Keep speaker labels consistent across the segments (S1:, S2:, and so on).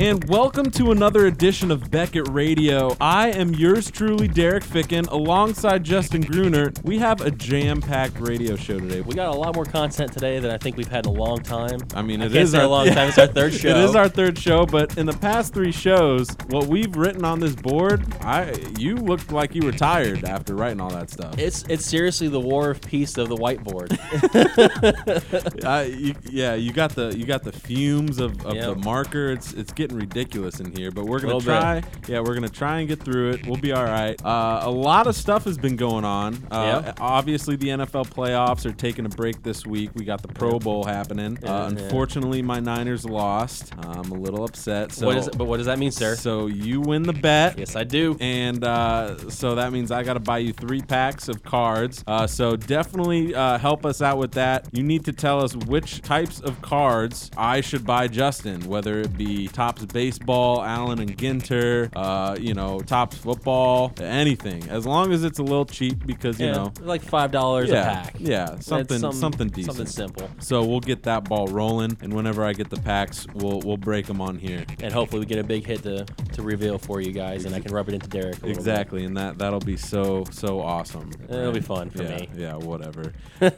S1: and welcome to another edition of Beckett Radio. I am yours truly, Derek Ficken. Alongside Justin Gruner, we have a jam packed radio show today.
S2: We got a lot more content today than I think we've had in a long time.
S1: I mean,
S2: I
S1: it
S2: can't
S1: is
S2: say
S1: our
S2: a long time. It's our third show.
S1: It is our third show, but in the past three shows, what we've written on this board, I you looked like you were tired after writing all that stuff.
S2: It's it's seriously the war of peace of the whiteboard.
S1: Uh, you, yeah, you got the you got the fumes of, of
S2: Yeah.
S1: the marker. It's it's getting ridiculous in here, but we're gonna
S2: Little
S1: try.
S2: bit.
S1: Yeah, we're gonna try and get through it. We'll be all right. Uh, a lot of stuff has been going on. Uh,
S2: Yeah.
S1: Obviously, the NFL playoffs are taking a break this week. We got the Pro Bowl happening.
S2: Yeah,
S1: uh,
S2: yeah.
S1: unfortunately, my Niners lost. I'm a little upset. So
S2: what is but what does that mean, sir?
S1: So you win the bet.
S2: yes, I do.
S1: And uh, so that means I got to buy you three packs of cards. Uh, so definitely uh, help us out with that. You need to tell us which types of cards I should buy Justin, whether it be Topps Baseball, Allen and Ginter, uh, you know, Topps Football, anything. As long as it's a little cheap because, you
S2: Yeah,
S1: know.
S2: like five dollars
S1: Yeah,
S2: a pack.
S1: yeah,
S2: It's
S1: something,
S2: some-
S1: something decent.
S2: something simple.
S1: So we'll get that ball rolling, and whenever I get the packs, we'll we'll break them on here.
S2: And hopefully we get a big hit to, to reveal for you guys, and I can rub it into Derek. A little
S1: Exactly, and that that'll be so so awesome.
S2: It'll be fun for
S1: yeah,
S2: me.
S1: Yeah, whatever.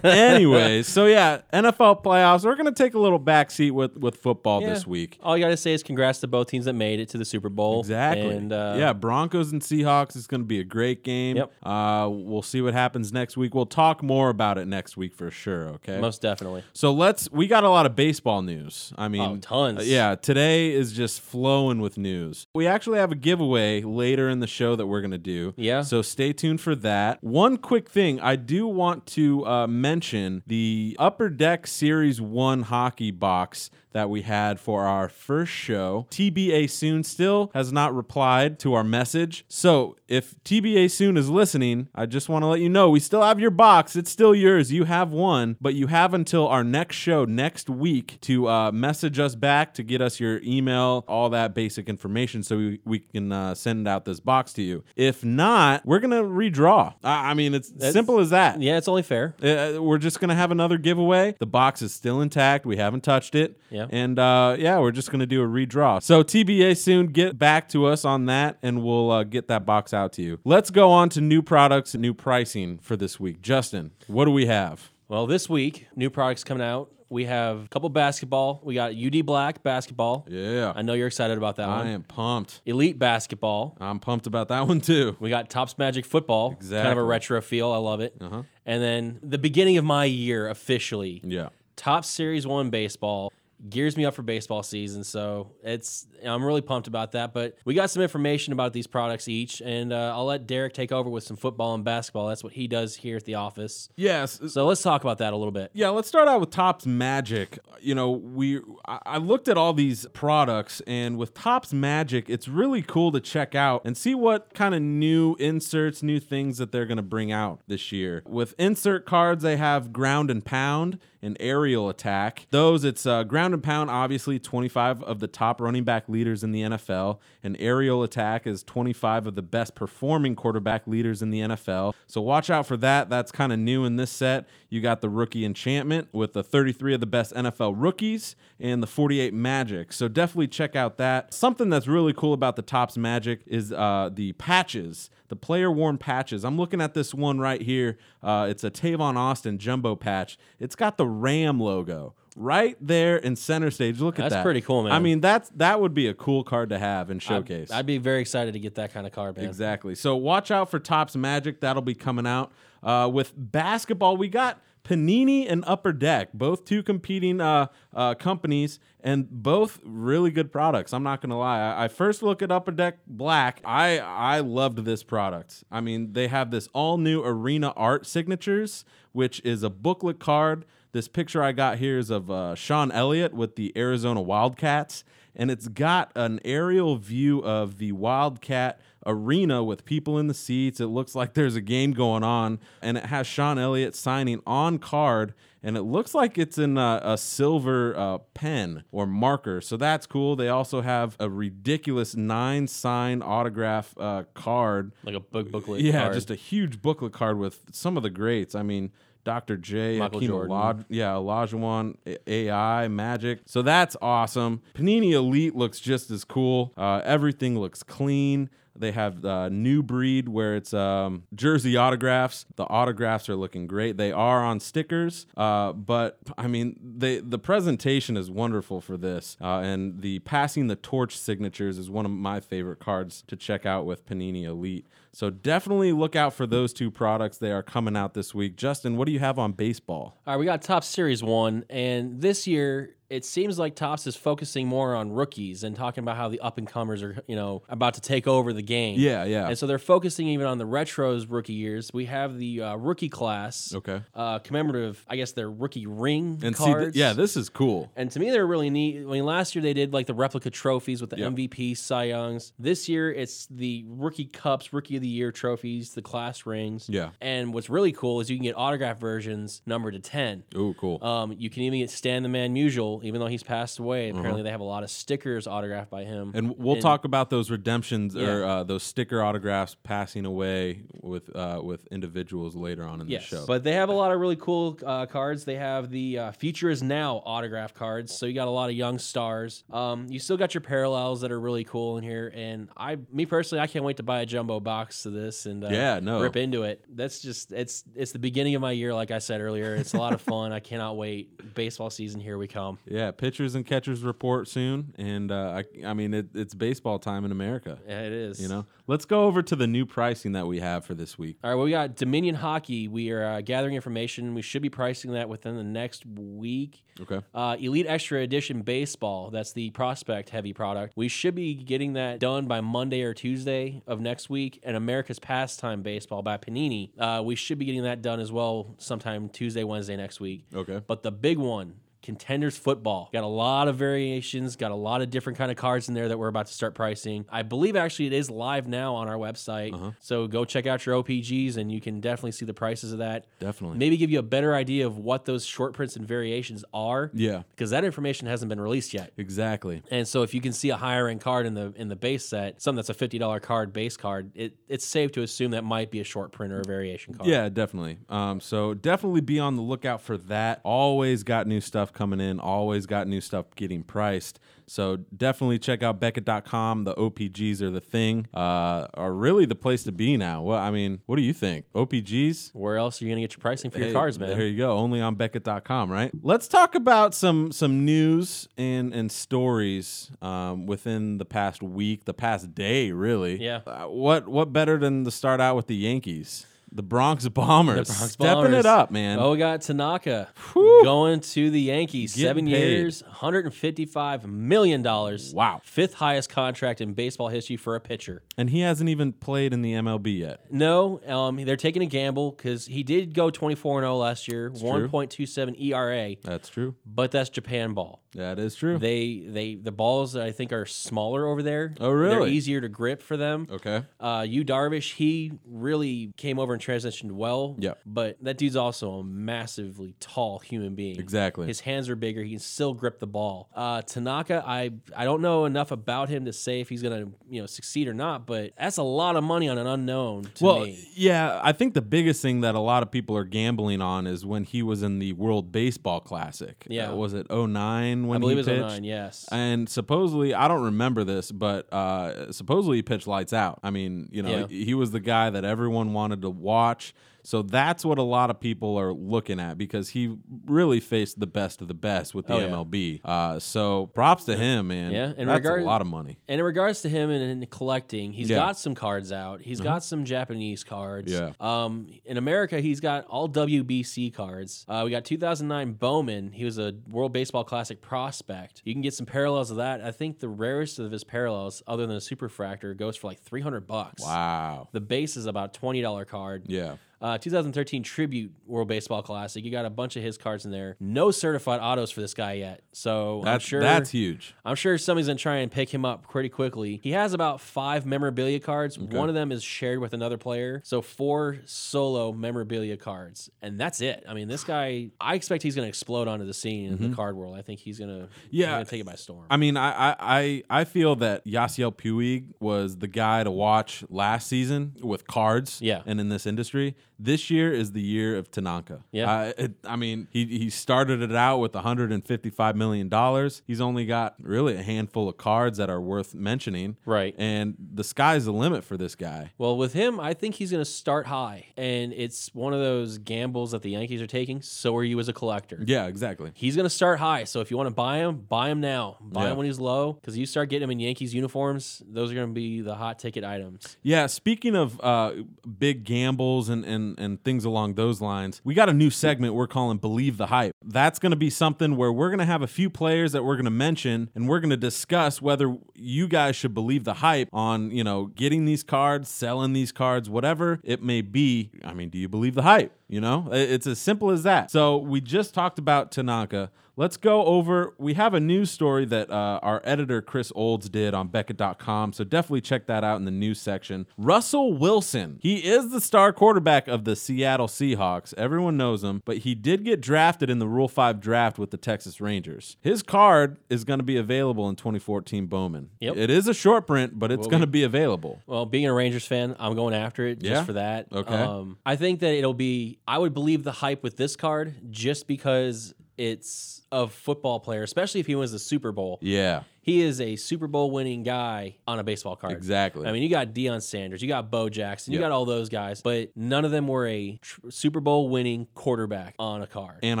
S1: Anyways, so yeah, NFL playoffs. We're gonna take a little backseat with with football
S2: bit.
S1: this
S2: Yeah.
S1: week.
S2: All you gotta say is congrats to both teams that made it to the Super Bowl.
S1: Exactly.
S2: And uh,
S1: yeah, Broncos and Seahawks is going to be a great game.
S2: Yep.
S1: Uh, we'll see what happens next week. We'll talk more about it next week for sure. Okay.
S2: most definitely.
S1: So let's. We got a lot of baseball news. I mean, uh,
S2: Oh, tons.
S1: Yeah, today is just flowing with news. We actually have a giveaway later in the show that we're gonna do.
S2: Yeah.
S1: So stay tuned for that. One quick thing, I do want to uh, mention the Upper Deck Series One hockey box that we had for our first show. TBA Soon still has not replied to our message. So if TBA Soon is listening, I just want to let you know we still have your box. It's still yours. You have one, but you have until our next show next week to uh, message us back to get us your email, all that basic information so we, we can uh, send out this box to you. If not, we're going to redraw. I, I mean, it's simple as that.
S2: Yeah, it's only fair.
S1: Uh, we're just gonna have another giveaway. The box is still intact. We haven't touched it.
S2: Yeah.
S1: And uh, yeah, we're just gonna do a redraw. So TBA soon. Get back to us on that, and we'll uh, get that box out to you. Let's go on to new products and new pricing for this week. Justin, what do we have?
S2: Well, this week, new products coming out. We have a couple basketball. We got UD Black basketball.
S1: Yeah.
S2: I know you're excited about that one.
S1: I am pumped.
S2: Elite basketball.
S1: I'm pumped about that one too.
S2: We got Topps Magic football. Kind of
S1: Exactly.
S2: a retro feel. I love it. Uh-huh. And then the beginning of my year officially.
S1: Yeah.
S2: Top Series 1 baseball gears me up for baseball season. So it's I'm really pumped about that. But we got some information about these products each. And uh, I'll let Derek take over with some football and basketball. That's what he does here at the office.
S1: Yes.
S2: So let's talk about that a little bit.
S1: Yeah, let's start out with Topps Magic. You know, we I I looked at all these products, and with Topps Magic, it's really cool to check out and see what kind of new inserts, new things that they're going to bring out this year. With insert cards, they have ground and pound and aerial attack. Those, it's uh, ground and pound, obviously 25 of the top running back leaders in the NFL, and aerial attack is 25 of the best performing quarterback leaders in the NFL. So watch out for that. That's kind of new in this set. You got the rookie enchantment with the 33 of the best NFL rookies and the 48 magic. So definitely check out that. Something that's really cool about the Topps Magic is uh, the patches the player worn patches. I'm looking at this one right here. Uh, it's a Tavon Austin jumbo patch. It's got the Ram logo right there in center stage. Look at
S2: That's
S1: that.
S2: pretty cool, man.
S1: I mean, that's that would be a cool card to have and showcase.
S2: I'd be very excited to get that kind of card, man.
S1: Exactly. So watch out for Tops Magic. That'll be coming out. Uh, with basketball, we got Panini and Upper Deck, both two competing uh, uh, companies, and both really good products. I'm not gonna lie. I, I first look at Upper Deck Black. I I loved this product. I mean, they have this all new Arena Art signatures, which is a booklet card. This picture I got here is of uh, Sean Elliott with the Arizona Wildcats, and it's got an aerial view of the Wildcat arena with people in the seats. It looks like there's a game going on, and it has Sean Elliott signing on card, and it looks like it's in a, a silver uh, pen or marker. So that's cool. They also have a ridiculous nine sign autograph uh, card.
S2: Like a book booklet.
S1: Yeah,
S2: card.
S1: just a huge booklet card with some of the greats. I mean, Dr. J,
S2: Michael
S1: Akeem
S2: Jordan.
S1: Olaj- yeah, Olajuwon, A- AI, Magic. So that's awesome. Panini Elite looks just as cool. Uh, everything looks clean. They have uh, new breed where it's um, jersey autographs. The autographs are looking great. They are on stickers, uh, but I mean, they the presentation is wonderful for this, uh, and the passing the torch signatures is one of my favorite cards to check out with Panini Elite. So definitely look out for those two products. They are coming out this week. Justin, what do you have on baseball?
S2: All right, we got Top Series one, and this year it seems like Tops is focusing more on rookies and talking about how the up and comers are, you know, about to take over the game.
S1: Yeah, yeah.
S2: And so they're focusing even on the retros rookie years. We have the uh, rookie class,
S1: Okay.
S2: uh, commemorative, I guess, their rookie ring
S1: And see, th-
S2: cards.
S1: yeah, this is cool.
S2: And to me, they're really neat. I mean, last year they did like the replica trophies with the
S1: Yeah.
S2: MVP, Cy Youngs. This year it's the rookie cups, rookie of the year trophies, the class rings.
S1: Yeah.
S2: And what's really cool is you can get autograph versions numbered to 10.
S1: Ooh, cool.
S2: Um, you can even get Stan the Man Musial, even though he's passed away. Apparently, they have a lot of stickers autographed by him.
S1: Uh-huh. And we'll talk about those redemptions or
S2: Yeah.
S1: uh, those sticker autographs passing away with uh, with individuals later on in
S2: Yes,
S1: the show.
S2: but they have a lot of really cool uh, cards. They have the uh, "Future Is Now" autograph cards, so you got a lot of young stars. Um, you still got your parallels that are really cool in here, and I, me personally, I can't wait to buy a jumbo box to this and uh,
S1: Yeah, no.
S2: rip into it. That's just it's it's the beginning of my year, like I said earlier. It's a lot of fun. I cannot wait. Baseball season, here we come.
S1: yeah, pitchers and catchers report soon, and uh, I, I mean it, it's baseball time in America.
S2: Yeah, It is,
S1: You know, let's go over to the new pricing that we have for this week.
S2: All right, well, we got Dominion Hockey. We are uh, gathering information. We should be pricing that within the next week.
S1: Okay.
S2: Uh, Elite Extra Edition Baseball. That's the prospect heavy product. We should be getting that done by Monday or Tuesday of next week. And America's Pastime Baseball by Panini. Uh, we should be getting that done as well sometime Tuesday, Wednesday next week.
S1: Okay.
S2: But the big one, contenders football. Got a lot of variations, got a lot of different kind of cards in there that we're about to start pricing. I believe actually it is live now on our website.
S1: Uh-huh.
S2: So go check out your OPGs and you can definitely see the prices of that.
S1: Definitely.
S2: Maybe give you a better idea of what those short prints and variations are.
S1: Yeah.
S2: Because that information hasn't been released yet.
S1: Exactly.
S2: And so if you can see a higher end card in the in the base set, something that's a fifty dollar card base card, it, it's safe to assume that might be a short print or a variation card.
S1: Yeah, definitely. Um, so definitely be on the lookout for that. Always got new stuff coming in, always got new stuff getting priced. So definitely check out Beckett.com. The OPGs are the thing, uh, are really the place to be now. Well, I mean, what do you think? OPGs?
S2: Where else are you gonna get your pricing for your
S1: Hey,
S2: cards, man?
S1: There you go. Only on Beckett.com, right? Let's talk about some some news and and stories um, within the past week, the past day, really.
S2: Yeah.
S1: Uh, what what better than to start out with the Yankees, the Bronx Bombers,
S2: Bronx
S1: stepping
S2: Bombers.
S1: it up, man.
S2: Oh, we got Tanaka going to the Yankees.
S1: Getting
S2: Seven
S1: paid.
S2: years, $155 million.
S1: Wow.
S2: Fifth highest contract in baseball history for a pitcher.
S1: And he hasn't even played in the MLB yet.
S2: No, um, they're taking a gamble because he did go 24 0 last year, 1.27 ERA,
S1: That's true.
S2: E but that's Japan ball.
S1: That is true.
S2: They, they, the balls I think are smaller over there.
S1: Oh,
S2: They're
S1: really?
S2: easier to grip for them.
S1: okay.
S2: Uh, you Darvish, he really came over and transitioned well.
S1: Yeah.
S2: But that dude's also a massively tall human being.
S1: Exactly.
S2: His hands are bigger. He can still grip the ball. Uh, Tanaka, I I don't know enough about him to say if he's gonna you know succeed or not, but that's a lot of money on an unknown to
S1: well,
S2: me.
S1: yeah, I think the biggest thing that a lot of people are gambling on is when he was in the World Baseball Classic.
S2: Yeah.
S1: Uh, was it 09 when
S2: I believe
S1: he
S2: it's
S1: pitched?
S2: nine. Yes.
S1: And supposedly, I don't remember this, but uh, supposedly he pitched lights out. I mean, you know,
S2: Yeah.
S1: he, he was the guy that everyone wanted to watch. So that's what a lot of people are looking at because he really faced the best of the best with the
S2: Oh, yeah.
S1: MLB. Uh, so props to him, man.
S2: Yeah, in
S1: that's
S2: regard-
S1: a lot of money.
S2: and in regards to him and, and collecting, he's
S1: Yeah. Mm-hmm.
S2: got some cards out. He's got some Japanese cards.
S1: Yeah.
S2: Um, in America, he's got all WBC cards. Uh, we got 2009 Bowman. He was a World Baseball Classic prospect. You can get some parallels of that. I think the rarest of his parallels, other than a superfractor, goes for like 300 bucks.
S1: Wow.
S2: The base is about twenty dollar card.
S1: Yeah.
S2: Uh, 2013 Tribute World Baseball Classic. You got a bunch of his cards in there. No certified autos for this guy yet. So I'm
S1: That's
S2: sure
S1: that's huge.
S2: I'm sure somebody's gonna try and pick him up pretty quickly. He has about five memorabilia cards. One of them is shared with another player, so four solo memorabilia cards, and that's it. I mean, this guy, I expect he's gonna explode onto the scene in the card world. I think he's gonna, he's
S1: Mm-hmm. Yeah.
S2: gonna take it by storm.
S1: I mean, I I I, I feel that Yasiel Puig was the guy to watch last season with cards.
S2: Yeah.
S1: and in this industry, This year is the year of Tanaka.
S2: Yeah.
S1: I, it, I mean, he, he started it out with $155 million. He's only got really a handful of cards that are worth mentioning.
S2: Right.
S1: And the sky's the limit for this guy.
S2: Well, with him, I think he's going to start high, and it's one of those gambles that the Yankees are taking. So are you as a collector.
S1: Yeah, exactly.
S2: He's going to start high, so if you want to buy him, buy him now. Buy
S1: Yeah.
S2: him when he's low, because you start getting him in Yankees uniforms. Those are going to be the hot ticket items.
S1: Yeah, speaking of uh, big gambles and, and, and things along those lines, we got a new segment we're calling Believe the Hype. That's going to be something where we're going to have a few players that we're going to mention and we're going to discuss whether you guys should believe the hype on, you know, getting these cards, selling these cards, whatever it may be. I mean, do you believe the hype? You know, I- it's as simple as that. So we just talked about Tanaka. Let's go over. We have a news story that uh, our editor Chris Olds did on Beckett.com, so definitely check that out in the news section. Russell Wilson, he is the star quarterback of the Seattle Seahawks. Everyone knows him, but he did get drafted in the Rule 5 draft with the Texas Rangers. His card is going to be available in 2014 Bowman.
S2: Yep.
S1: It is a short print, but it's going to be available.
S2: Well, being a Rangers fan, I'm going after it just
S1: Yeah?
S2: for that.
S1: Okay.
S2: Um, I think that it'll be, I would believe the hype with this card just because it's a football player, especially if he wins the Super Bowl.
S1: Yeah,
S2: He is a Super Bowl winning guy on a baseball card.
S1: exactly.
S2: I mean, you got Deion Sanders, you got Bo Jackson, you
S1: Yep.
S2: got all those guys, but none of them were a tr- Super Bowl winning quarterback on a card.
S1: and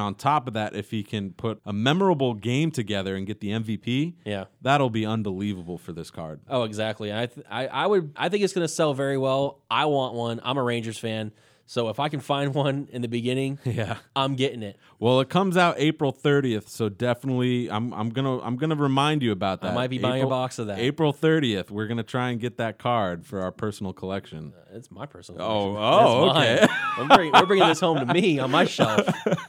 S1: on top of that, if he can put a memorable game together and get the MVP,
S2: yeah.
S1: That'll be unbelievable for this card.
S2: Oh, exactly. I, th- I I would I think it's going to sell very well. I want one. I'm a Rangers fan, so if I can find one in the beginning,
S1: Yeah.
S2: I'm getting it.
S1: Well, it comes out April 30th, so definitely I'm I'm going to I'm going to remind you about that.
S2: I might be buying a box of that.
S1: April 30th, we're going to try and get that card for our personal collection.
S2: It's my personal.
S1: Oh, oh,
S2: collection.
S1: okay.
S2: That's mine. I'm bringing, we're bringing this home to me on my shelf.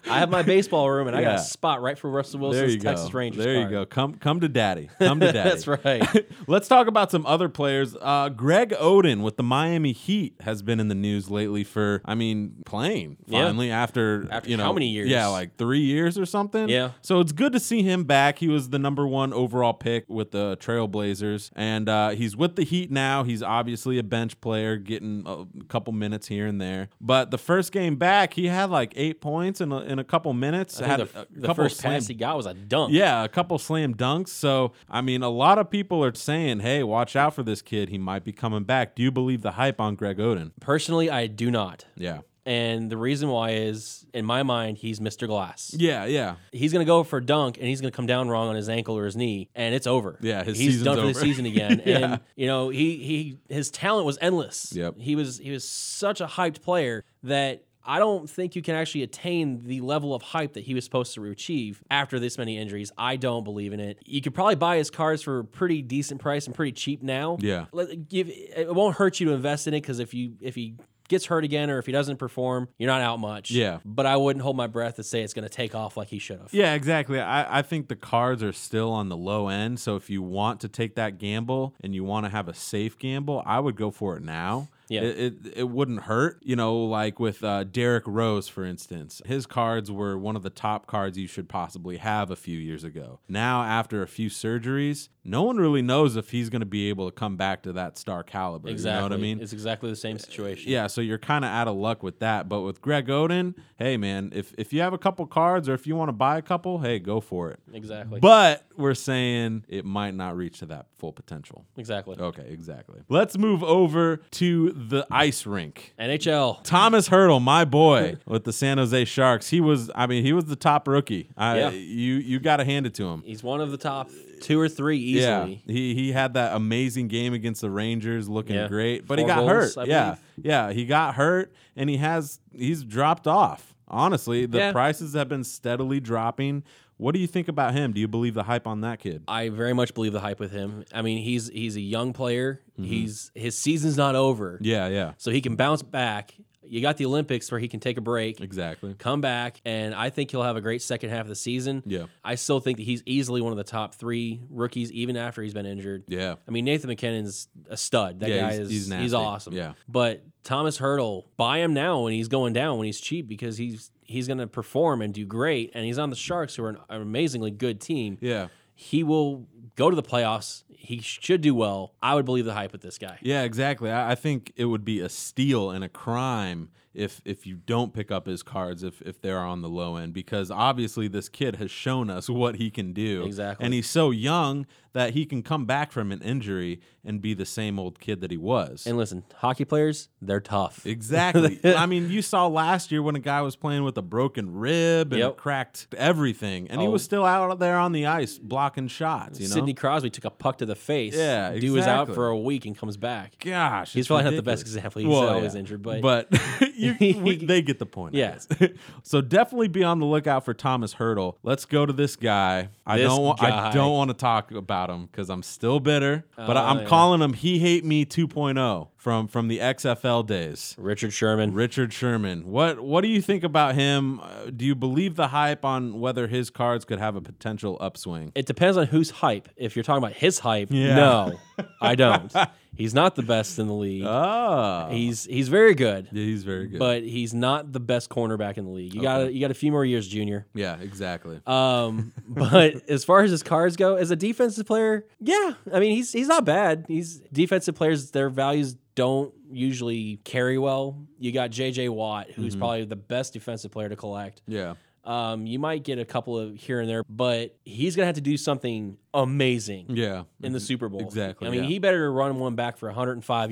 S2: I have my baseball room, and I got
S1: Yeah.
S2: a spot right for Russell
S1: There
S2: Wilson's
S1: you
S2: Texas
S1: go.
S2: Rangers.
S1: there you
S2: card.
S1: go. Come come to daddy. Come to daddy.
S2: That's right.
S1: Let's talk about some other players. Uh, Greg Oden with the Miami Heat has been in the news lately for, I mean, playing
S2: Yeah.
S1: finally after
S2: After
S1: you know
S2: how many years?
S1: Yeah, like three years or something.
S2: Yeah.
S1: So it's good to see him back. He was the number one overall pick with the Trailblazers, and uh, he's with the Heat now. He's obviously a bench player, getting a couple minutes here and there. But the first game back, he had like eight points in a, in a couple minutes.
S2: I
S1: Had
S2: think the,
S1: a
S2: the
S1: couple
S2: first
S1: slam
S2: pass he got was a dunk.
S1: yeah, a couple slam dunks. So, I mean, a lot of people are saying, hey, watch out for this kid. He might be coming back. Do you believe the hype on Greg Oden?
S2: Personally, I do not.
S1: Yeah.
S2: And the reason why is, in my mind, he's Mr. Glass.
S1: Yeah, yeah.
S2: He's going to go for a dunk and he's going to come down wrong on his ankle or his knee, and it's over.
S1: Yeah, his
S2: he's
S1: season's
S2: done for the
S1: over.
S2: season again.
S1: Yeah.
S2: And you know, he he his talent was endless.
S1: Yep.
S2: He was he was such a hyped player that I don't think you can actually attain the level of hype that he was supposed to achieve after this many injuries. I don't believe in it. You could probably buy his cars for a pretty decent price and pretty cheap now.
S1: Yeah.
S2: Let, give it won't hurt you to invest in it because if you if he gets hurt again or if he doesn't perform, you're not out much.
S1: Yeah.
S2: But I wouldn't hold my breath to say it's going to take off like he should have.
S1: Yeah, exactly. I, I think the cards are still on the low end. So, if you want to take that gamble and you want to have a safe gamble, I would go for it now.
S2: Yeah.
S1: It, it, it wouldn't hurt, you know, like with uh, Derek Rose, for instance. His cards were one of the top cards you should possibly have a few years ago. Now, after a few surgeries, no one really knows if he's going to be able to come back to that star caliber.
S2: Exactly.
S1: You know what I mean?
S2: It's exactly the same situation.
S1: yeah, so you're kind of out of luck with that. But with Greg Oden, hey, man, if, if you have a couple cards or if you want to buy a couple, hey, go for it.
S2: Exactly.
S1: But we're saying it might not reach to that full potential.
S2: exactly.
S1: Okay, exactly. Let's move over to the ice rink.
S2: NHL.
S1: Thomas Hurdle, my boy, with the San Jose Sharks. He was, I mean, he was the top rookie. I,
S2: Yeah.
S1: You you got to hand it to him.
S2: He's one of the top two or three easily.
S1: Yeah, he he had that amazing game against the Rangers, looking
S2: Yeah.
S1: great, but he
S2: Four
S1: got
S2: goals,
S1: hurt.
S2: I
S1: yeah, yeah, he got hurt, and he has he's dropped off. Honestly, the
S2: Yeah.
S1: prices have been steadily dropping. What do you think about him? Do you believe the hype on that kid?
S2: I very much believe the hype with him. I mean, he's he's a young player. He's his season's not over.
S1: Mm-hmm. Yeah, yeah,
S2: So he can bounce back. You got the Olympics where he can take a break.
S1: exactly.
S2: come back, and I think he'll have a great second half of the season.
S1: Yeah.
S2: I still think that he's easily one of the top three rookies, even after he's been injured.
S1: Yeah.
S2: I mean, Nathan McKinnon's a stud. That
S1: Yeah,
S2: guy
S1: he's-
S2: is
S1: he's
S2: he's,
S1: nasty.
S2: awesome.
S1: Yeah.
S2: But Thomas Hurdle, buy him now when he's going down, when he's cheap, because he's he's going to perform and do great, and he's on the Sharks, who are an amazingly good team.
S1: Yeah.
S2: He will go to the playoffs. He should do well. I would believe the hype with this guy.
S1: Yeah, exactly. I, I think it would be a steal and a crime if if you don't pick up his cards if if they're on the low end because obviously this kid has shown us what he can do
S2: Exactly.
S1: and he's so young that he can come back from an injury and be the same old kid that he was
S2: And listen, hockey players, they're tough.
S1: Exactly. I mean, you saw last year when a guy was playing with a broken rib and
S2: Yep.
S1: cracked everything, and he
S2: Oh.
S1: was still out there on the ice blocking shots. You know,
S2: Sidney Crosby took a puck to the face.
S1: Yeah,
S2: Dude was out
S1: exactly.
S2: for a week and comes back.
S1: gosh,
S2: He's
S1: it's
S2: probably not the best
S1: ridiculous.
S2: example. He's always
S1: yeah.
S2: injured, but,
S1: you, we, they get the point. I
S2: Yeah.
S1: guess. so definitely be on the lookout for Thomas Hurdle. Let's go to this guy. I
S2: This
S1: don't. wa-
S2: guy.
S1: I don't want to talk about him because I'm still bitter. But
S2: Oh,
S1: I- I'm
S2: yeah.
S1: calling him. He hate me 2.0 from from the XFL days.
S2: Richard Sherman.
S1: Richard Sherman. What what do you think about him? Uh, do you believe the hype on whether his cards could have a potential upswing?
S2: It depends on whose hype. If you're talking about his hype,
S1: Yeah.
S2: no, I don't. He's not the best in the league.
S1: Oh,
S2: he's he's very good,
S1: yeah, he's very good.
S2: but he's not the best cornerback in the league. You got you got a few more years, junior.
S1: yeah, exactly.
S2: Um, but as far as his cards go, as a defensive player, yeah, I mean he's he's not bad. He's defensive players; their values don't usually carry well. You got J.J. Watt,
S1: Mm-hmm.
S2: who's probably the best defensive player to collect.
S1: yeah,
S2: Um, you might get a couple of here and there, but he's gonna have to do something amazing
S1: yeah,
S2: in the Super Bowl.
S1: Mm-hmm. Exactly,
S2: I mean,
S1: yeah.
S2: he better run one back for 105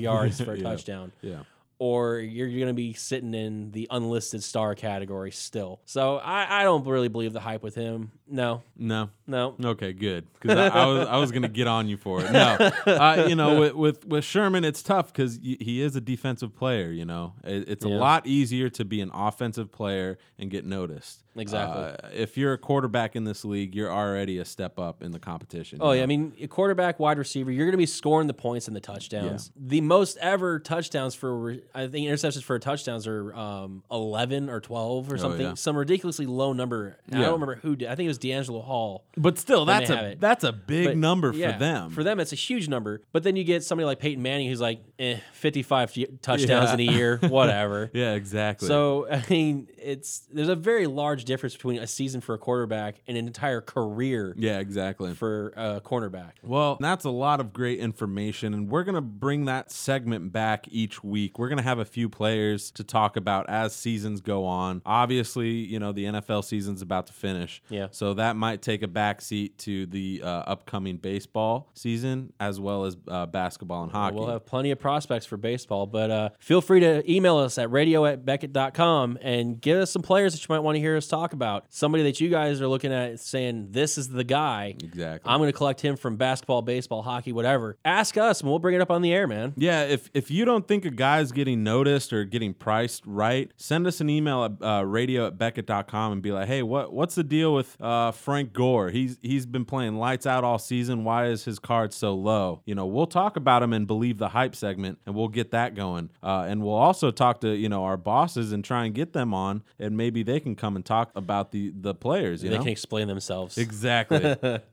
S2: yards for a
S1: Yeah.
S2: touchdown
S1: yeah.
S2: or you're going to be sitting in the unlisted star category still. So I, I don't really believe the hype with him. No,
S1: No,
S2: no.
S1: Okay, good. Because I, I was I was gonna get on you for it. No, uh, you know, with, with with Sherman, it's tough because he is a defensive player. You know, it, it's
S2: Yeah.
S1: a lot easier to be an offensive player and get noticed.
S2: Exactly.
S1: Uh, if you're a quarterback in this league, you're already a step up in the competition.
S2: Oh,
S1: you
S2: yeah.
S1: know?
S2: I mean, a quarterback, wide receiver, you're going to be scoring the points and the touchdowns. The most ever touchdowns for, re- I think, interceptions for touchdowns are um, 11 or 12 or something.
S1: Oh, yeah.
S2: Some ridiculously low number. I
S1: Yeah.
S2: don't remember who did. I think it was D'Angelo Hall.
S1: But still,
S2: Then they
S1: that's
S2: have
S1: a
S2: it.
S1: that's a big
S2: But,
S1: number
S2: yeah,
S1: for them.
S2: For them, it's a huge number. But then you get somebody like Peyton Manning who's like, eh, 55 t- touchdowns
S1: Yeah.
S2: in a year, whatever.
S1: yeah, exactly.
S2: So I mean, it's there's a very large difference between a season for a quarterback and an entire career
S1: yeah, exactly.
S2: for a cornerback.
S1: Well, that's a lot of great information, and we're going to bring that segment back each week. We're going to have a few players to talk about as seasons go on. Obviously, you know, the NFL season's about to finish.
S2: Yeah.
S1: So that might take a backseat to the uh, upcoming baseball season as well as uh, basketball and hockey.
S2: We'll have plenty of prospects for baseball, but uh, feel free to email us at radio at beckett.com and give us some players that you might want to hear us talk about. Somebody that you guys are looking at saying, this is the guy.
S1: exactly.
S2: I'm going to collect him from basketball, baseball, hockey, whatever. Ask us and we'll bring it up on the air, man.
S1: Yeah, if if you don't think a guy's getting noticed or getting priced right, send us an email at uh, radio at beckett.com and be like, hey, what what's the deal with uh, Frank Gore? He's he's been playing lights out all season. Why is his card so low? You know, we'll talk about him and believe the hype segment, and we'll get that going. Uh, and we'll also talk to you know our bosses and try and get them on, and maybe they can come and talk about the the players. You
S2: they
S1: know,
S2: can explain themselves.
S1: exactly.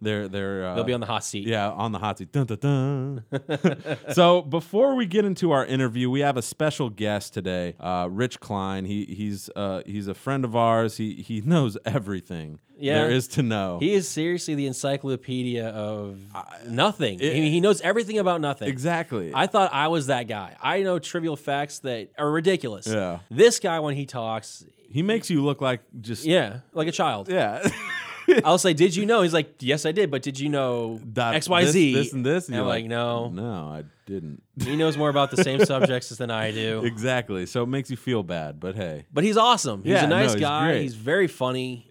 S1: they're they're uh,
S2: They'll be on the hot seat.
S1: yeah, on the hot seat. Dun, dun, dun. so before we get into our interview, we have a special guest today, uh, Rich Klein. He he's uh, he's a friend of ours. He he knows everything
S2: Yeah.
S1: there is to know.
S2: He is seriously the encyclopedia of nothing. I mean, he knows everything about nothing.
S1: exactly.
S2: I thought I was that guy. I know trivial facts that are ridiculous.
S1: Yeah.
S2: This guy, when he talks,
S1: he makes you look like just yeah.
S2: yeah, like a child. I'll say, "Did you know?" He's like, "Yes, I did," but did you know
S1: That-
S2: X, Y, Z?
S1: This, this and this.
S2: And
S1: you're
S2: I'm like, no,
S1: No, I didn't.
S2: he knows more about the same subjects than I do.
S1: exactly. So it makes you feel bad, but hey.
S2: But he's awesome. He's
S1: Yeah,
S2: a nice
S1: no, he's
S2: guy.
S1: great.
S2: He's very funny.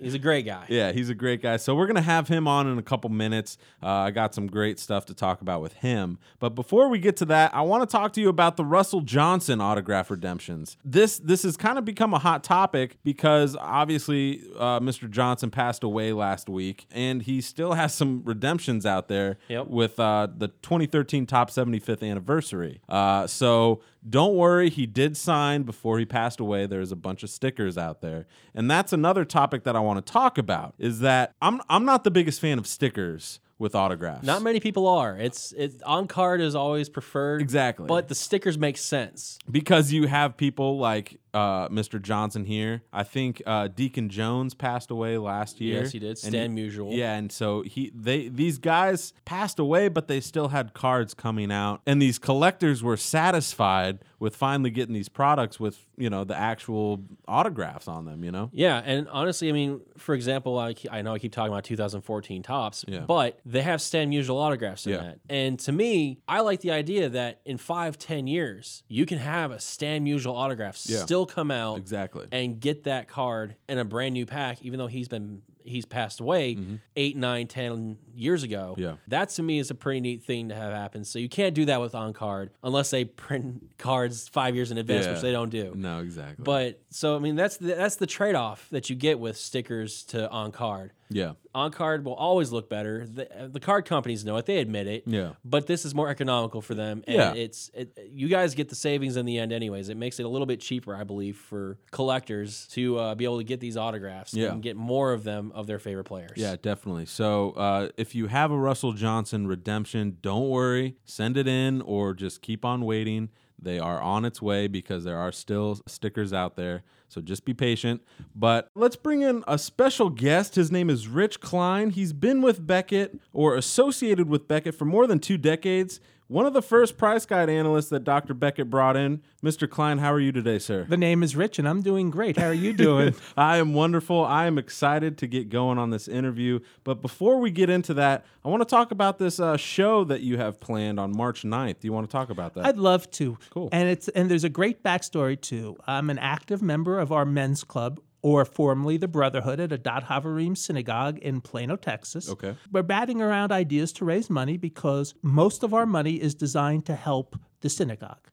S2: He's a great guy.
S1: Yeah, he's a great guy. So we're gonna have him on in a couple minutes. Uh, I got some great stuff to talk about with him. But before we get to that, I want to talk to you about the Russell Johnson autograph redemptions. This this has kind of become a hot topic because obviously uh, Mr. Johnson passed away last week, and he still has some redemptions out there
S2: Yep.
S1: with uh, the 2013 top 75th anniversary. Uh, so don't worry, he did sign before he passed away. There's a bunch of stickers out there, and that's another topic that I want to talk about. Is that I'm I'm not the biggest fan of stickers with autographs.
S2: Not many people are. It's it on card is always preferred.
S1: Exactly.
S2: But the stickers make sense.
S1: because you have people like uh, Mr. Johnson here. I think uh, Deacon Jones passed away last year.
S2: Yes, he did.
S1: And
S2: Stan Musial.
S1: Yeah, and so he they these guys passed away, but they still had cards coming out, and these collectors were satisfied with finally getting these products with you know the actual autographs on them. You know,
S2: Yeah, and honestly, I mean, for example, I, I know I keep talking about 2014 tops,
S1: Yeah.
S2: but they have Stan Musial autographs in
S1: Yeah.
S2: that. And to me, I like the idea that in five, ten years, you can have a Stan Musial autograph
S1: Yeah.
S2: still come out
S1: exactly.
S2: and get that card in a brand new pack, even though he's been he's passed away eight, nine, ten years ago.
S1: Mm-hmm. Yeah.
S2: that to me is a pretty neat thing to have happen. So you can't do that with on card unless they print cards five years in advance,
S1: Yeah.
S2: which they don't do.
S1: No, exactly.
S2: But so I mean that's the, that's the trade off that you get with stickers to on card.
S1: yeah,
S2: On card will always look better. The, the card companies know it; they admit it.
S1: Yeah.
S2: But this is more economical for them. And
S1: Yeah.
S2: It's it, you guys get the savings in the end, anyways. It makes it a little bit cheaper, I believe, for collectors to uh, be able to get these autographs
S1: Yeah.
S2: and get more of them of their favorite players.
S1: yeah, definitely. So uh, if you have a Russell Johnson redemption, don't worry, send it in or just keep on waiting. They are on its way because there are still stickers out there. So just be patient. But let's bring in a special guest. His name is Rich Klein. He's been with Beckett or associated with Beckett for more than two decades. One of the first price guide analysts that Dr. Beckett brought in. Mr. Klein, how are you today, sir?
S3: The name is Rich, and I'm doing great. How are you doing?
S1: I am wonderful. I am excited to get going on this interview. But before we get into that, I want to talk about this uh, show that you have planned on March 9th. Do you want to talk about that?
S3: I'd love to.
S1: Cool.
S3: And it's and there's a great backstory too. I'm an active member of our men's club, or formerly the Brotherhood, at Adat Havarim Synagogue in Plano, Texas.
S1: Okay.
S3: We're batting around ideas to raise money because most of our money is designed to help the synagogue.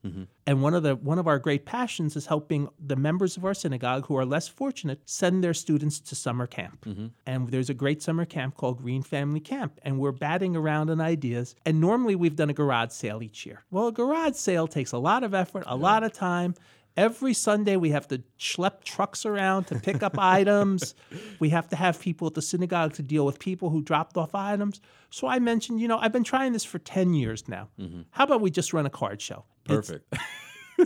S3: And one of the one of our great passions is helping the members of our synagogue who are less fortunate send their students to summer camp. And there's a great summer camp called Green Family Camp, and we're batting around on ideas. And normally we've done a garage sale each year. Well, a garage sale takes a lot of effort, a lot of time. Every Sunday, we have to schlep trucks around to pick up items. We have to have people at the synagogue to deal with people who dropped off items. So I mentioned, you know, I've been trying this for 10 years now. How about we just run a card show? It's-
S1: Perfect.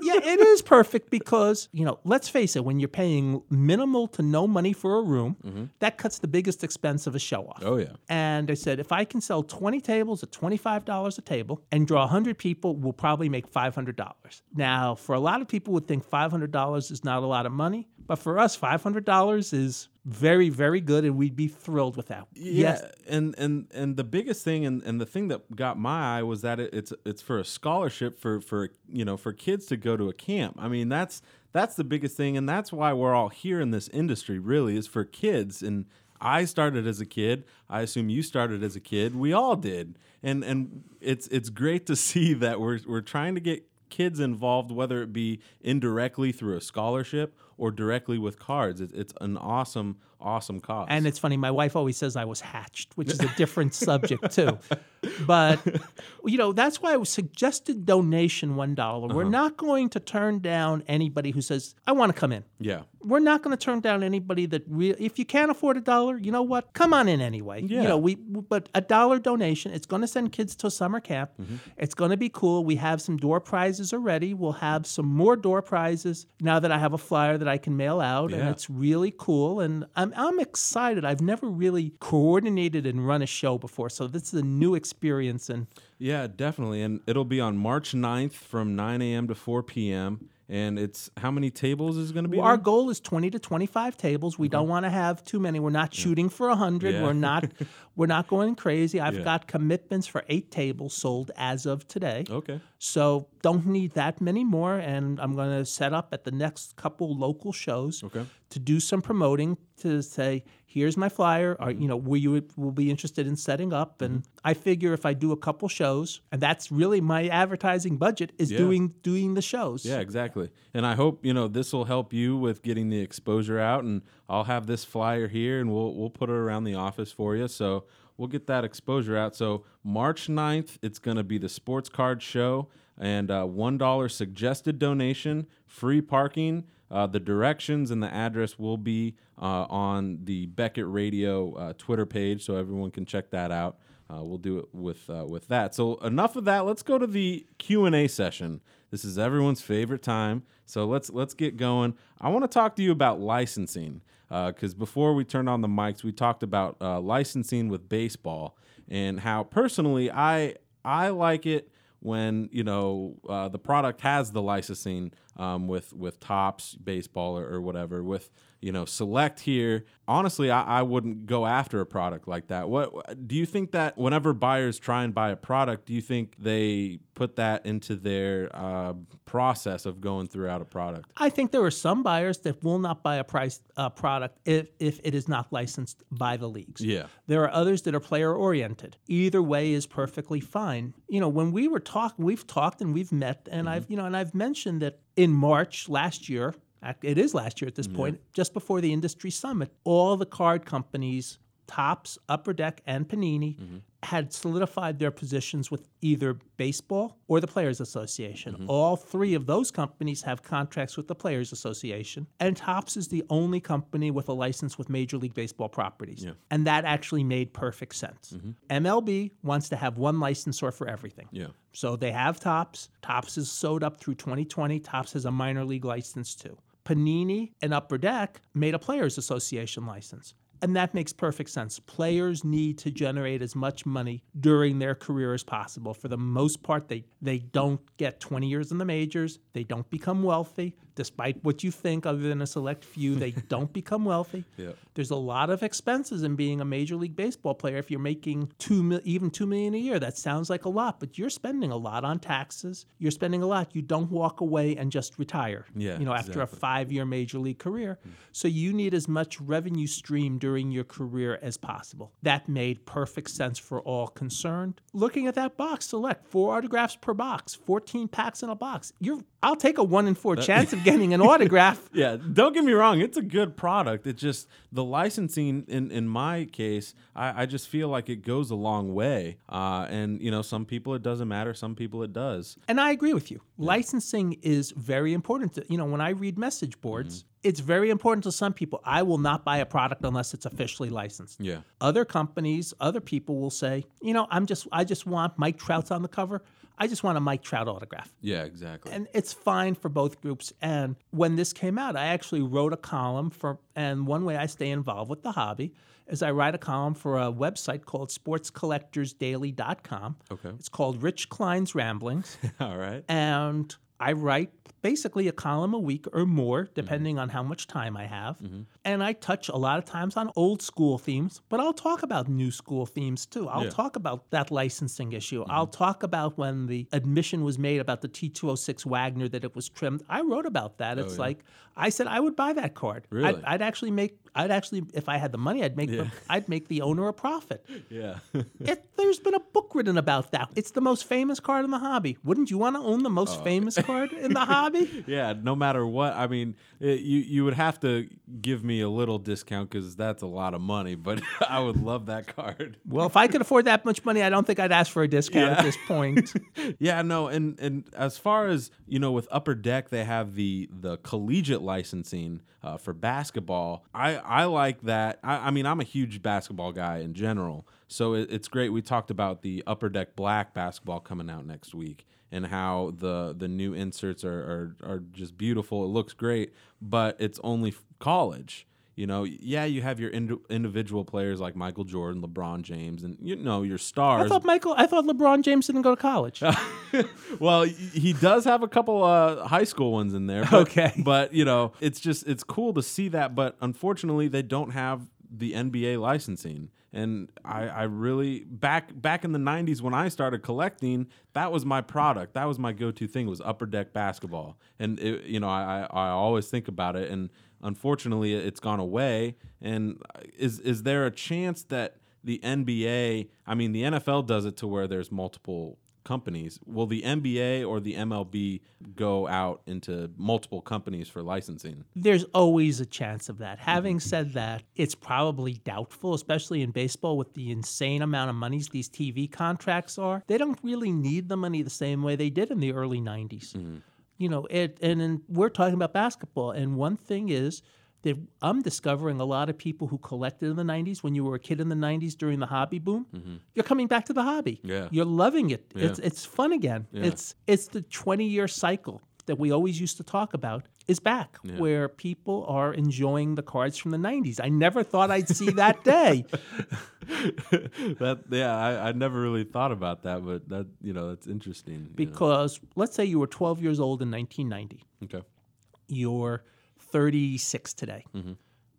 S3: yeah, it is perfect because, you know, let's face it, when you're paying minimal to no money for a room, that cuts the biggest expense of a show off.
S1: Mm-hmm. oh, yeah.
S3: And I said, if I can sell 20 tables at $25 a table and draw 100 people, we'll probably make $500. Now, for a lot of people would think $500 is not a lot of money, but for us, $500 is very, very good, and we'd be thrilled with that.
S1: Yeah, and and and the biggest thing, and, and the thing that got my eye was that it, it's it's for a scholarship for for you know for kids to go to a camp. I mean, that's that's the biggest thing, and that's why we're all here in this industry. Really, is for kids. And I started as a kid. I assume you started as a kid. We all did. And and it's it's great to see that we're we're trying to get kids involved, whether it be indirectly through a scholarship or directly with cards. It's, it's an awesome awesome cause.
S3: And it's funny, my wife always says I was hatched, which is a different subject too. But you know, that's why I suggested donation one We're not going to turn down anybody who says, I want to come in.
S1: yeah.
S3: We're not going to turn down anybody that re- if you can't afford a dollar, you know what? Come on in anyway.
S1: Yeah.
S3: You know, we but a dollar donation, it's going to send kids to a summer camp.
S1: Mm-hmm.
S3: It's going to be cool. We have some door prizes already. We'll have some more door prizes now that I have a flyer that I can mail out
S1: Yeah.
S3: and it's really cool and I'm I'm excited. I've never really coordinated and run a show before, so this is a new experience and
S1: Yeah, definitely. And it'll be on March 9th from 9 a.m. to 4 p.m. And it's how many tables is going to be?
S3: Our
S1: there?
S3: goal is 20 to 25 tables. We don't want to have too many. We're not shooting for 100.
S1: Mm-hmm. Yeah.
S3: We're not we're not going crazy. I've
S1: Yeah.
S3: got commitments for 8 tables sold as of today.
S1: okay.
S3: So don't need that many more and I'm going to set up at the next couple local shows
S1: Okay.
S3: to do some promoting to say here's my flyer or you know will you will be interested in setting up and
S1: Mm-hmm.
S3: I figure if I do a couple shows and that's really my advertising budget is
S1: Yeah.
S3: doing doing the shows.
S1: Yeah, exactly. And I hope, you know, this will help you with getting the exposure out. And I'll have this flyer here and we'll, we'll put it around the office for you. So we'll get that exposure out. So March 9th, it's going to be the sports card show and uh, $1 suggested donation, free parking. Uh, Uh, the directions and the address will be uh, on the Beckett Radio uh, Twitter page, so everyone can check that out. Uh, we'll do it with uh, with that. So enough of that. Let's go to the Q and A session. This is everyone's favorite time. So let's let's get going. I want to talk to you about licensing because before we turned on the mics, we talked about uh, licensing with baseball and how personally I I like it when you know uh, the product has the licensing um, with with tops baseball or, or whatever with you know select here honestly I, I wouldn't go after a product like that what do you think that whenever buyers try and buy a product do you think they put that into their uh, process of going throughout a product
S3: I think there are some buyers that will not buy a price uh, product if, if it is not licensed by the leagues.
S1: Yeah.
S3: There are others that are player oriented. Either way is perfectly fine. You know, when we were talking, we've talked and we've met, and I've you know, and I've mentioned that in March last year, act- it is last year at this point, just before the industry summit, all the card companies, Tops, Upper Deck, and Panini. Had solidified their positions with either baseball or the Players Association. All three of those companies have contracts with the Players Association, and Tops is the only company with a license with Major League Baseball properties. And that actually made perfect sense. MLB wants to have one licensor for everything.
S1: yeah
S3: So they have Tops. Tops is sewed up through 2020. Tops has a minor league license too. Panini and Upper Deck made a Players Association license. And that makes perfect sense. Players need to generate as much money during their career as possible. For the most part, they, they don't get 20 years in the majors. They don't become wealthy, despite what you think, other than a select few. They don't become wealthy.
S1: Yeah.
S3: There's a lot of expenses in being a major league baseball player. If you're making two mil, even two million a year, that sounds like a lot, but you're spending a lot on taxes. You're spending a lot. You don't walk away and just retire.
S1: Yeah,
S3: you know, after a five-year major league career, so you need as much revenue stream during your career as possible. That made perfect sense for all concerned. Looking at that box, select four autographs per box, 14 packs in a box. You're, I'll take a one in four chance of getting an autograph.
S1: Yeah, don't get me wrong. It's a good product. It just the licensing in in my case, I, I just feel like it goes a long way. Uh, and you know, some people it doesn't matter. Some people it does.
S3: And I agree with you. Licensing is very important. To, you know, when I read message boards,
S1: Mm-hmm.
S3: it's very important to some people. I will not buy a product unless it's officially licensed.
S1: Yeah,
S3: Other companies, other people will say, you know, I'm just I just want Mike Trout's on the cover. I just want a Mike Trout autograph.
S1: yeah, exactly.
S3: And it's fine for both groups. And when this came out, I actually wrote a column for, and one way I stay involved with the hobby is I write a column for a website called sportscollectorsdaily.com.
S1: Okay.
S3: It's called Rich Klein's Ramblings
S1: All right.
S3: and I write basically a column a week or more, depending on how much time I have.
S1: Mm-hmm.
S3: And I touch a lot of times on old school themes, but I'll talk about new school themes too. I'll
S1: Yeah. Mm-hmm.
S3: talk about that licensing issue. I'll talk about when the admission was made about the T206 Wagner that it was trimmed. I wrote about that. It's like I said I would buy that card.
S1: Oh, Really?
S3: I'd, I'd actually make. I'd actually, if I had the money, I'd make. The, I'd make the owner a profit
S1: Yeah,
S3: it, there's been a book written about that. It's the most famous card in the hobby. Wouldn't you want to own the most famous card in the hobby?
S1: yeah. No matter what, I mean, it, you you would have to give me a little discount because that's a lot of money. But I would love that card.
S3: Well, if I could afford that much money, I don't think I'd ask for a discount at this point.
S1: yeah, no, and and as far as you know, with Upper Deck, they have the the collegiate licensing uh, for basketball. I I like that. I, I mean, I'm a huge basketball guy in general, so it, it's great. We talked about the Upper Deck Black basketball coming out next week, and how the the new inserts are are, are just beautiful. It looks great, but it's only f- college. You know, yeah, you have your ind- individual players like Michael Jordan, LeBron James, and you know your
S3: I
S1: stars.
S3: thought Michael, I thought LeBron James didn't go to college.
S1: Well, y- he does have a couple uh, high school ones in there. But,
S3: Okay.
S1: but you know, it's just it's cool to see that. But unfortunately, they don't have the NBA licensing. And I, I really back back in the '90s when I started collecting, that was my product. That was my go-to thing was Upper Deck basketball. And it, you know, I, I I always think about it. And unfortunately, it's gone away. And uh, is is there a chance that the NBA, I mean, the NFL does it to where there's multiple companies. Will the NBA or the MLB go out into multiple companies for licensing?
S3: There's always a chance of that. Having said that, it's probably doubtful, especially in baseball with the insane amount of monies these TV contracts are. They don't really need the money the same way they did in the early 90s. you know, it, and then we're talking about basketball. And one thing is that I'm discovering a lot of people who collected in the 90s when you were a kid in the 90s during the hobby boom. You're coming back to the hobby.
S1: Mm-hmm. Yeah.
S3: You're loving it. It's, it's fun again. It's, it's the 20 year cycle that we always used to talk about is back where people are enjoying the cards from the 90s. I never thought I'd see that day.
S1: that yeah, I, I never really thought about that, but that you know that's interesting. you know.
S3: Because let's say you were 12 years old in 1990,
S1: Okay.
S3: you're 36 today.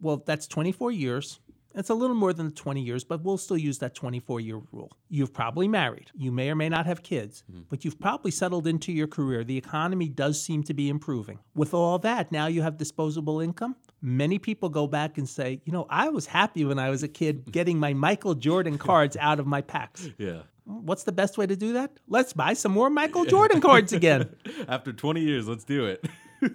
S3: Well, that's 24 years. It's a little more than 20 years, but we'll still use that 24 year rule. You've probably married. You may or may not have kids, but you've probably settled into your career. The economy does seem to be improving. With all that, now you have disposable income. Many people go back and say, you know, I was happy when I was a kid getting my Michael Jordan cards out of my packs.
S1: Yeah.
S3: What's the best way to do that? Let's buy some more Michael Jordan cards again.
S1: After 20 years, let's do it.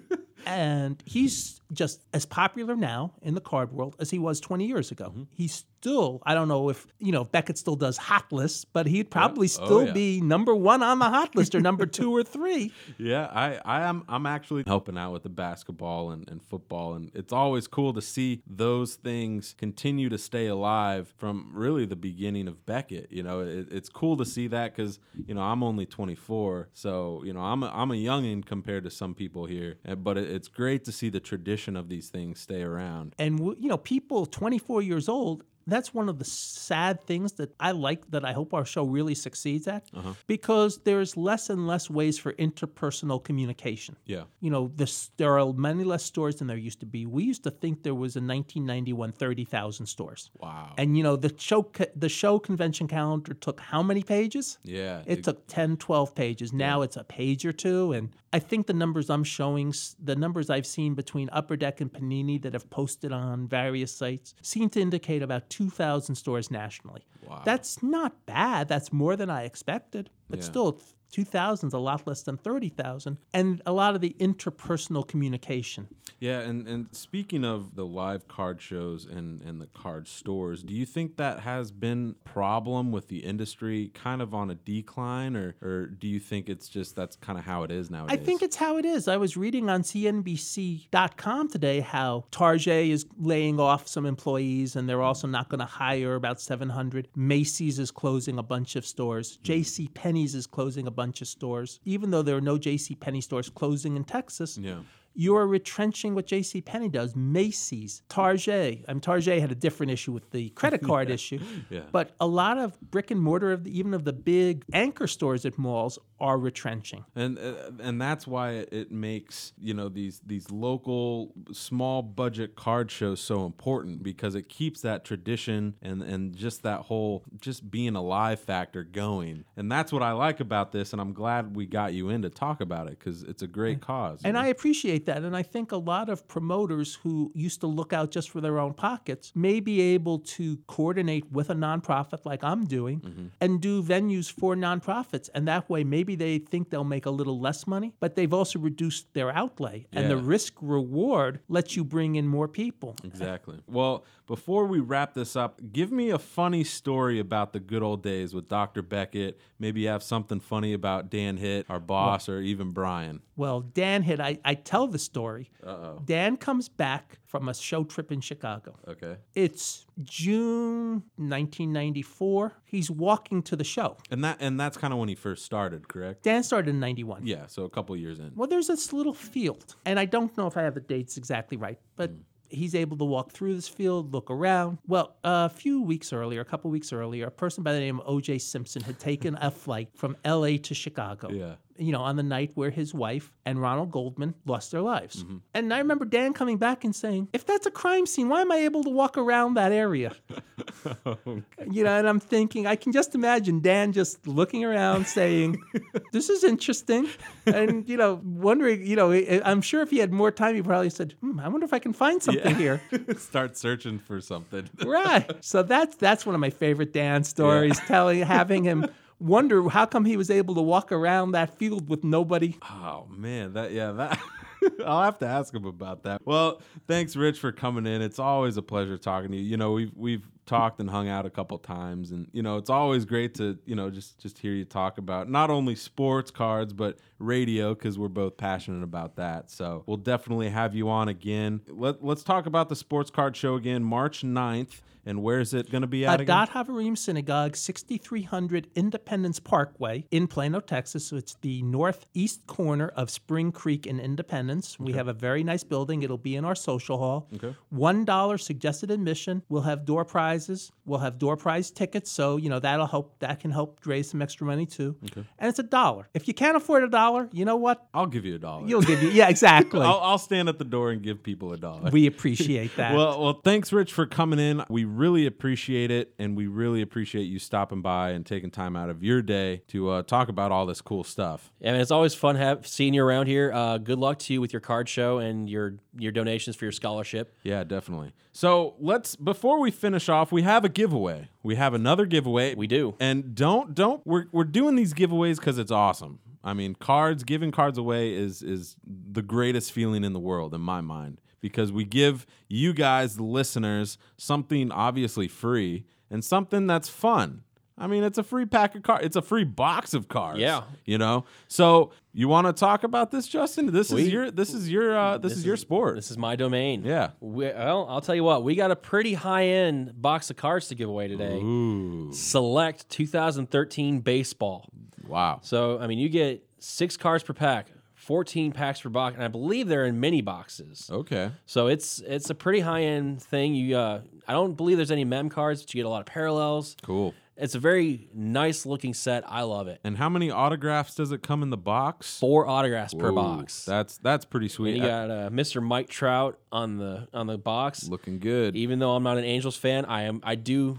S3: And he's just as popular now in the card world as he was 20 years ago.
S1: Mm-hmm.
S3: He's still, I don't know if, you know, Beckett still does hot lists, but he'd probably
S1: Oh,
S3: still
S1: yeah.
S3: be number one on the hot list or number two or three.
S1: yeah, I, I am I'm actually helping out with the basketball and, and football and it's always cool to see those things continue to stay alive from really the beginning of Beckett. You know, it, it's cool to see that because, you know, I'm only 24. So, you know, I'm a, I'm a youngin' compared to some people here. uh, But it, it's great to see the tradition of these things stay around.
S3: And, w- you know, people 24 years old, that's one of the sad things that I like that I hope our show really succeeds at
S1: Uh-huh.
S3: because there's less and less ways for interpersonal communication.
S1: Yeah.
S3: you know, this, there are many less stores than there used to be. We used to think there was in 1991 30,000 stores.
S1: Wow.
S3: And you know, the show ca- the show convention calendar took how many pages?
S1: Yeah.
S3: It took 10, 12 pages. Now it's a page or two. And I think the numbers I'm showing, s- the numbers I've seen between Upper Deck and Panini that have posted on various sites, seem to indicate about 2,000 stores nationally.
S1: Wow.
S3: That's not bad. That's more than I expected. But
S1: Yeah.
S3: still, 2,000 is a lot less than 30,000. And a lot of the interpersonal communication.
S1: Yeah, and, and speaking of the live card shows and, and the card stores, do you think that has been a problem with the industry kind of on a decline or, or do you think it's just that's kind of how it is nowadays?
S3: I think it's how it is. I was reading on CNBC.com today how Target is laying off some employees and they're also not going to hire about 700. Macy's is closing a bunch of stores.
S1: Hmm.
S3: JC Penney's is closing a bunch of stores. Even though there are no JC Penney stores closing in Texas,
S1: Yeah.
S3: you're retrenching what J.C. Penney does. Macy's, Target. I mean, Target had a different issue with the credit card issue,
S1: Yeah.
S3: but a lot of brick and mortar, of the, even of the big anchor stores at malls, are retrenching.
S1: and uh, and that's why it, it makes you know these these local small budget card shows so important because it keeps that tradition and and just that whole just being alive factor going and that's what I like about this and I'm glad we got you in to talk about it because it's a great cause you
S3: And
S1: know?
S3: I appreciate that. And I think a lot of promoters who used to look out just for their own pockets may be able to coordinate with a nonprofit like I'm doing and do venues for nonprofits. And that way, maybe they think they'll make a little less money, but they've also reduced their outlay. And the
S1: Yeah. Mm.
S3: risk reward lets you bring in more people.
S1: Exactly. Well, before we wrap this up, give me a funny story about the good old days with Dr. Beckett. Maybe you have something funny about Dan Hitt, our boss, or even Brian.
S3: Well, Dan hit, I, I tell the story. Uh-oh. Dan comes back from a show trip in Chicago.
S1: Okay.
S3: It's June 1994. He's walking to the show.
S1: And that and that's kind of when he first started, correct?
S3: Dan started in 91.
S1: Yeah, so a couple years in.
S3: Well, there's this little field, and I don't know if I have the dates exactly right,
S1: Hmm.
S3: but he's able to walk through this field, look around. Well, a few weeks earlier, a couple weeks earlier, a person by the name of O.J. Simpson had taken a flight from L.A. to Chicago.
S1: Yeah.
S3: You know, on the night where his wife and Ronald Goldman lost their lives.
S1: Mm-hmm.
S3: And I remember Dan coming back and saying, If that's a crime scene, why am I able to walk around that area? you know, and I'm thinking, I can just imagine Dan just looking around saying, this is interesting. And, you know, wondering, you know, I- I'm sure if he had more time, he probably said, hmm, I wonder if I can find something here.
S1: Start searching for something.
S3: right. So that's, that's one of my favorite Dan stories, telling, having him wonder how come he was able to walk around that field with nobody.
S1: Oh man, that yeah, that I'll have to ask him about that. Well, thanks Rich for coming in. It's always a pleasure talking to you. You know, we've we've talked and hung out a couple times, and you know it's always great to you know just just hear you talk about not only sports cards but radio because we're both passionate about that. So we'll definitely have you on again. Let, let's talk about the sports card show again, March 9th. And where is it going to be at?
S3: At
S1: again?
S3: Dot Havarim Synagogue, 6300 Independence Parkway in Plano, Texas. So it's the northeast corner of Spring Creek in Independence. We have a very nice building. It'll be in our social hall.
S1: Okay.
S3: $1 suggested admission. We'll have door prizes. We'll have door prize tickets. So, you know, that'll help. That can help raise some extra money too. And it's a dollar. If you can't afford a dollar, you know what?
S1: I'll give you a dollar.
S3: You'll give you. Yeah, exactly.
S1: I'll, I'll stand at the door and give people a dollar.
S3: we appreciate that.
S1: Well, well, thanks, Rich, for coming in. We really appreciate it, and we really appreciate you stopping by and taking time out of your day to uh, talk about all this cool stuff.
S2: I mean, it's always fun have, seeing you around here. Uh, good luck to you with your card show and your your donations for your scholarship.
S1: Yeah, definitely. So let's before we finish off, we have a giveaway. We have another giveaway.
S2: We do.
S1: And don't don't we're we're doing these giveaways because it's awesome. I mean, cards giving cards away is is the greatest feeling in the world in my mind because we give you guys the listeners something obviously free and something that's fun. I mean, it's a free pack of cards. It's a free box of cards.
S2: Yeah.
S1: you know. So you want to talk about this, Justin? This
S2: We-
S1: is your this is your uh, this, is, your sport.
S2: This is my domain.
S1: Yeah.
S2: We, well, I'll tell you what. We got a pretty high end box of cards to give away today.
S1: Ooh,
S2: Select 2013 baseball.
S1: wow.
S2: So I mean, you get six cards per pack, 14 packs per box, and I believe they're in mini boxes.
S1: Okay.
S2: So it's it's a pretty high end thing. You, uh, I don't believe there's any mem cards, but you get a lot of parallels.
S1: Cool.
S2: It's a very nice looking set. I love it.
S1: And how many autographs does it come in the box?
S2: Four autographs per
S1: Whoa,
S2: box.
S1: That's that's pretty
S2: and
S1: sweet.
S2: you got uh, Mr. Mike Trout on the on the box.
S1: Looking good.
S2: Even though I'm not an Angels fan, I am. I do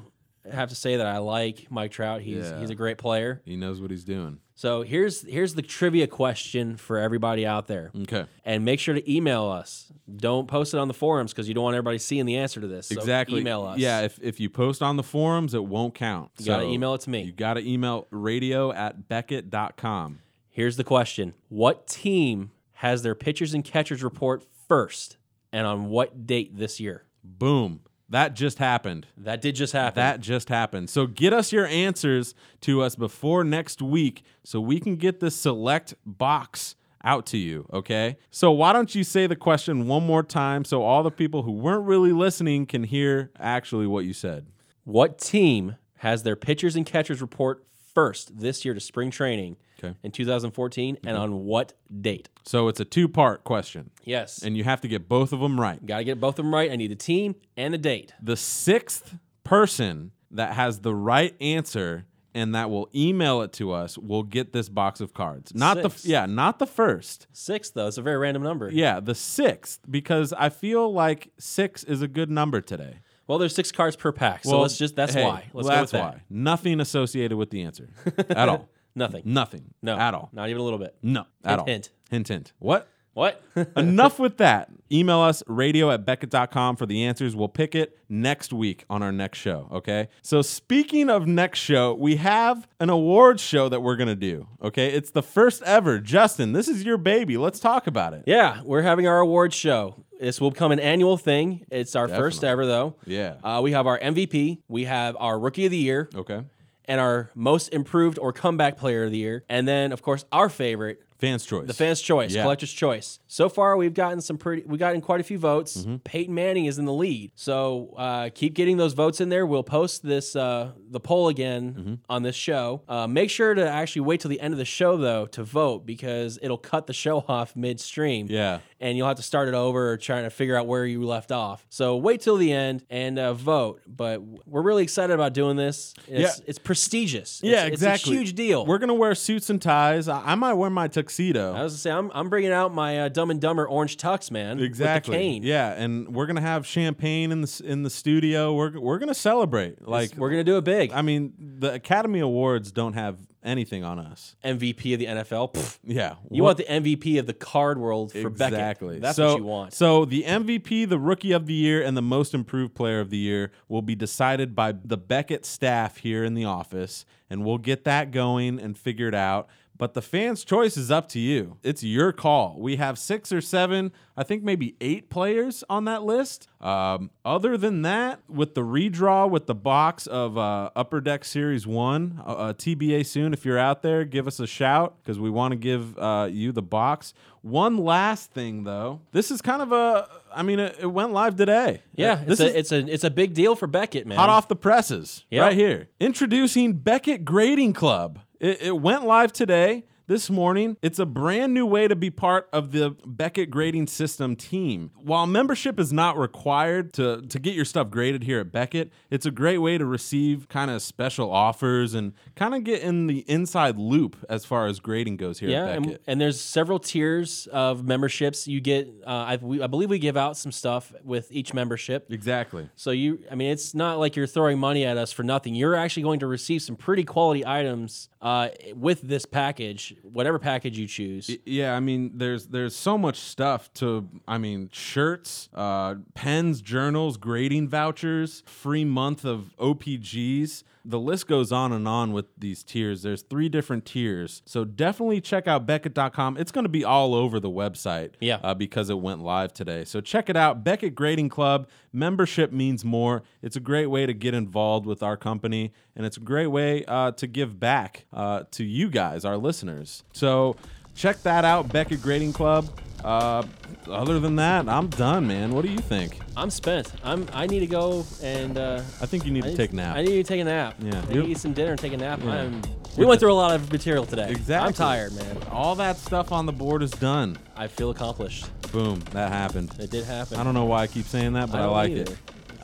S2: have to say that I like Mike Trout. He's
S1: Yeah.
S2: he's a great player.
S1: He knows what he's doing.
S2: So here's here's the trivia question for everybody out there.
S1: Okay.
S2: and make sure to email us. Don't post it on the forums because you don't want everybody seeing the answer to this. So
S1: exactly.
S2: Email us.
S1: Yeah, if, if you post on the forums, it won't count. You
S2: gotta email it to me.
S1: You got to email radio at beckett.com.
S2: Here's the question: What team has their pitchers and catchers report first, and on what date this year?
S1: Boom. That just happened.
S2: That did just happen.
S1: That just happened. So get us your answers to us before next week so we can get this select box out to you, okay? So why don't you say the question one more time so all the people who weren't really listening can hear actually what you said?
S2: what team has their pitchers and catchers report first this year to spring training
S1: Okay.
S2: in 2014, and on what date?
S1: So it's a two-part question
S2: Yes.
S1: and you have to get both of them right.
S2: Got to get both of them right. I need the team and the date.
S1: The sixth person that has the right answer and that will email it to us will get this box of cards. Not
S2: Sixth.
S1: the yeah, not the first.
S2: Six, though, it's a very random number.
S1: Yeah, the sixth, because I feel like six is a good number today.
S2: Well, there's six cards per pack, so
S1: Well,
S2: let's just that's
S1: hey,
S2: why. Let's go with
S1: that's
S2: that.
S1: why. Nothing associated with the answer at all.
S2: Nothing.
S1: Nothing.
S2: No.
S1: At all.
S2: Not even a little bit.
S1: No. At
S2: Hint,
S1: all.
S2: hint.
S1: Hint, hint. What?
S2: What?
S1: Enough with that. Email us radio at Beckett.com for the answers. We'll pick it next week on our next show. Okay. So, speaking of next show, we have an awards show that we're going to do. Okay. It's the first ever. Justin, this is your baby. Let's talk about it.
S2: yeah, we're having our awards show. This will become an annual thing. It's our first ever, though.
S1: Yeah. Oh.
S2: Uh, we have our MVP, we have our Rookie of the Year,
S1: Okay.
S2: and our Most Improved or Comeback Player of the Year, and then of course our favorite,
S1: Fans' choice.
S2: the Fans' Choice,
S1: Yeah.
S2: Collector's Choice. So far, we've gotten some pretty, we gotten quite a few votes.
S1: Mm-hmm.
S2: Peyton Manning is in the lead, so uh, keep getting those votes in there. We'll post this uh, the poll again
S1: Mm-hmm.
S2: on this show. Uh, make sure to actually wait till the end of the show though to vote because it'll cut the show off midstream
S1: Yeah.
S2: and you'll have to start it over trying to figure out where you left off. So wait till the end and uh, vote. But we're really excited about doing this. It's,
S1: Yeah.
S2: it's prestigious.
S1: Yeah,
S2: It's-
S1: exactly.
S2: It's a huge deal.
S1: We're going to wear suits and ties. I, I might wear my tuxedo.
S2: I was gonna say I'm, I'm bringing out my uh, Dumb and Dumber orange tux, man.
S1: Exactly.
S2: With the cane.
S1: Yeah, and we're gonna have champagne in the s- in the studio. We're we're gonna celebrate. Like
S2: We're gonna do it big.
S1: I mean, the Academy Awards don't have anything on us.
S2: MVP of the NFL. Pfft.
S1: Yeah.
S2: You want the MVP of the card world for Beckett.
S1: Exactly.
S2: That's
S1: so,
S2: what you want.
S1: So the MVP, the Rookie of the Year, and the Most Improved Player of the Year will be decided by the Beckett staff here in the office, and we'll get that going and figure it out. But the fans' choice is up to you. It's your call. We have six or seven, I think maybe eight players on that list. Um, other than that, with the redraw, with the box of uh, Upper Deck Series 1, uh, uh, TBA soon, if you're out there, give us a shout because we want to give uh, you the box. One last thing, though. This is kind of a, I mean, it, it went live today.
S2: Yeah,
S1: Uh,
S2: it's
S1: this
S2: a,
S1: is
S2: it's a it's a big deal for Beckett, man.
S1: hot off the presses
S2: Yeah.
S1: right here. Introducing Beckett Grading Club. It, it went live today, this morning. It's a brand new way to be part of the Beckett Grading System team. While membership is not required to, to get your stuff graded here at Beckett, it's a great way to receive kind of special offers and kind of get in the inside loop as far as grading goes here
S2: yeah,
S1: at Beckett.
S2: and, and there's several tiers of memberships. You get, uh, I, we, I believe we give out some stuff with each membership.
S1: exactly.
S2: So you, I mean, it's not like you're throwing money at us for nothing. You're actually going to receive some pretty quality items uh, with this package, whatever package you choose.
S1: Yeah, I mean, there's there's so much stuff to. I mean, shirts, uh, pens, journals, grading vouchers, free month of OPGs. The list goes on and on with these tiers. There's three different tiers, so definitely check out Beckett.com. It's going to be all over the website,
S2: Yeah.
S1: uh, because it went live today. So check it out. Beckett Grading Club membership means more. It's a great way to get involved with our company, and it's a great way uh, to give back uh, to you guys, our listeners. So check that out, Beckett Grading Club. Uh, other than that, I'm done, man. What do you think?
S2: I'm spent. I'm. I need to go and uh,
S1: I think you need
S2: I
S1: to
S2: need-
S1: take a nap.
S2: I need to take a nap.
S1: Yeah.
S2: I need to eat some dinner and take a nap. I'm. We
S1: You're
S2: went
S1: the-
S2: through a lot of material today.
S1: Exactly.
S2: I'm tired, man.
S1: All that stuff on the board is done.
S2: I feel accomplished.
S1: Boom, that happened.
S2: It did happen.
S1: I don't know why I keep saying that, but I,
S2: I don't
S1: like
S2: either.
S1: it.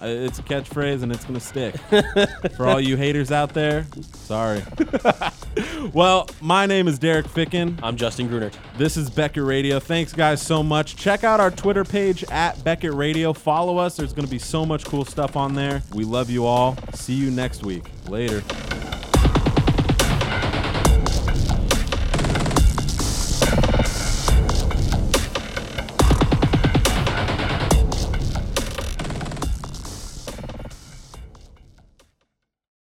S1: Uh, It's a catchphrase and it's going to stick. For all you haters out there, sorry. well, my name is Derek Ficken.
S2: I'm Justin Grunert.
S1: This is Beckett Radio. Thanks, guys, so much. Check out our Twitter page at Beckett Radio. Follow us. There's going to be so much cool stuff on there. We love you all. See you next week. Later.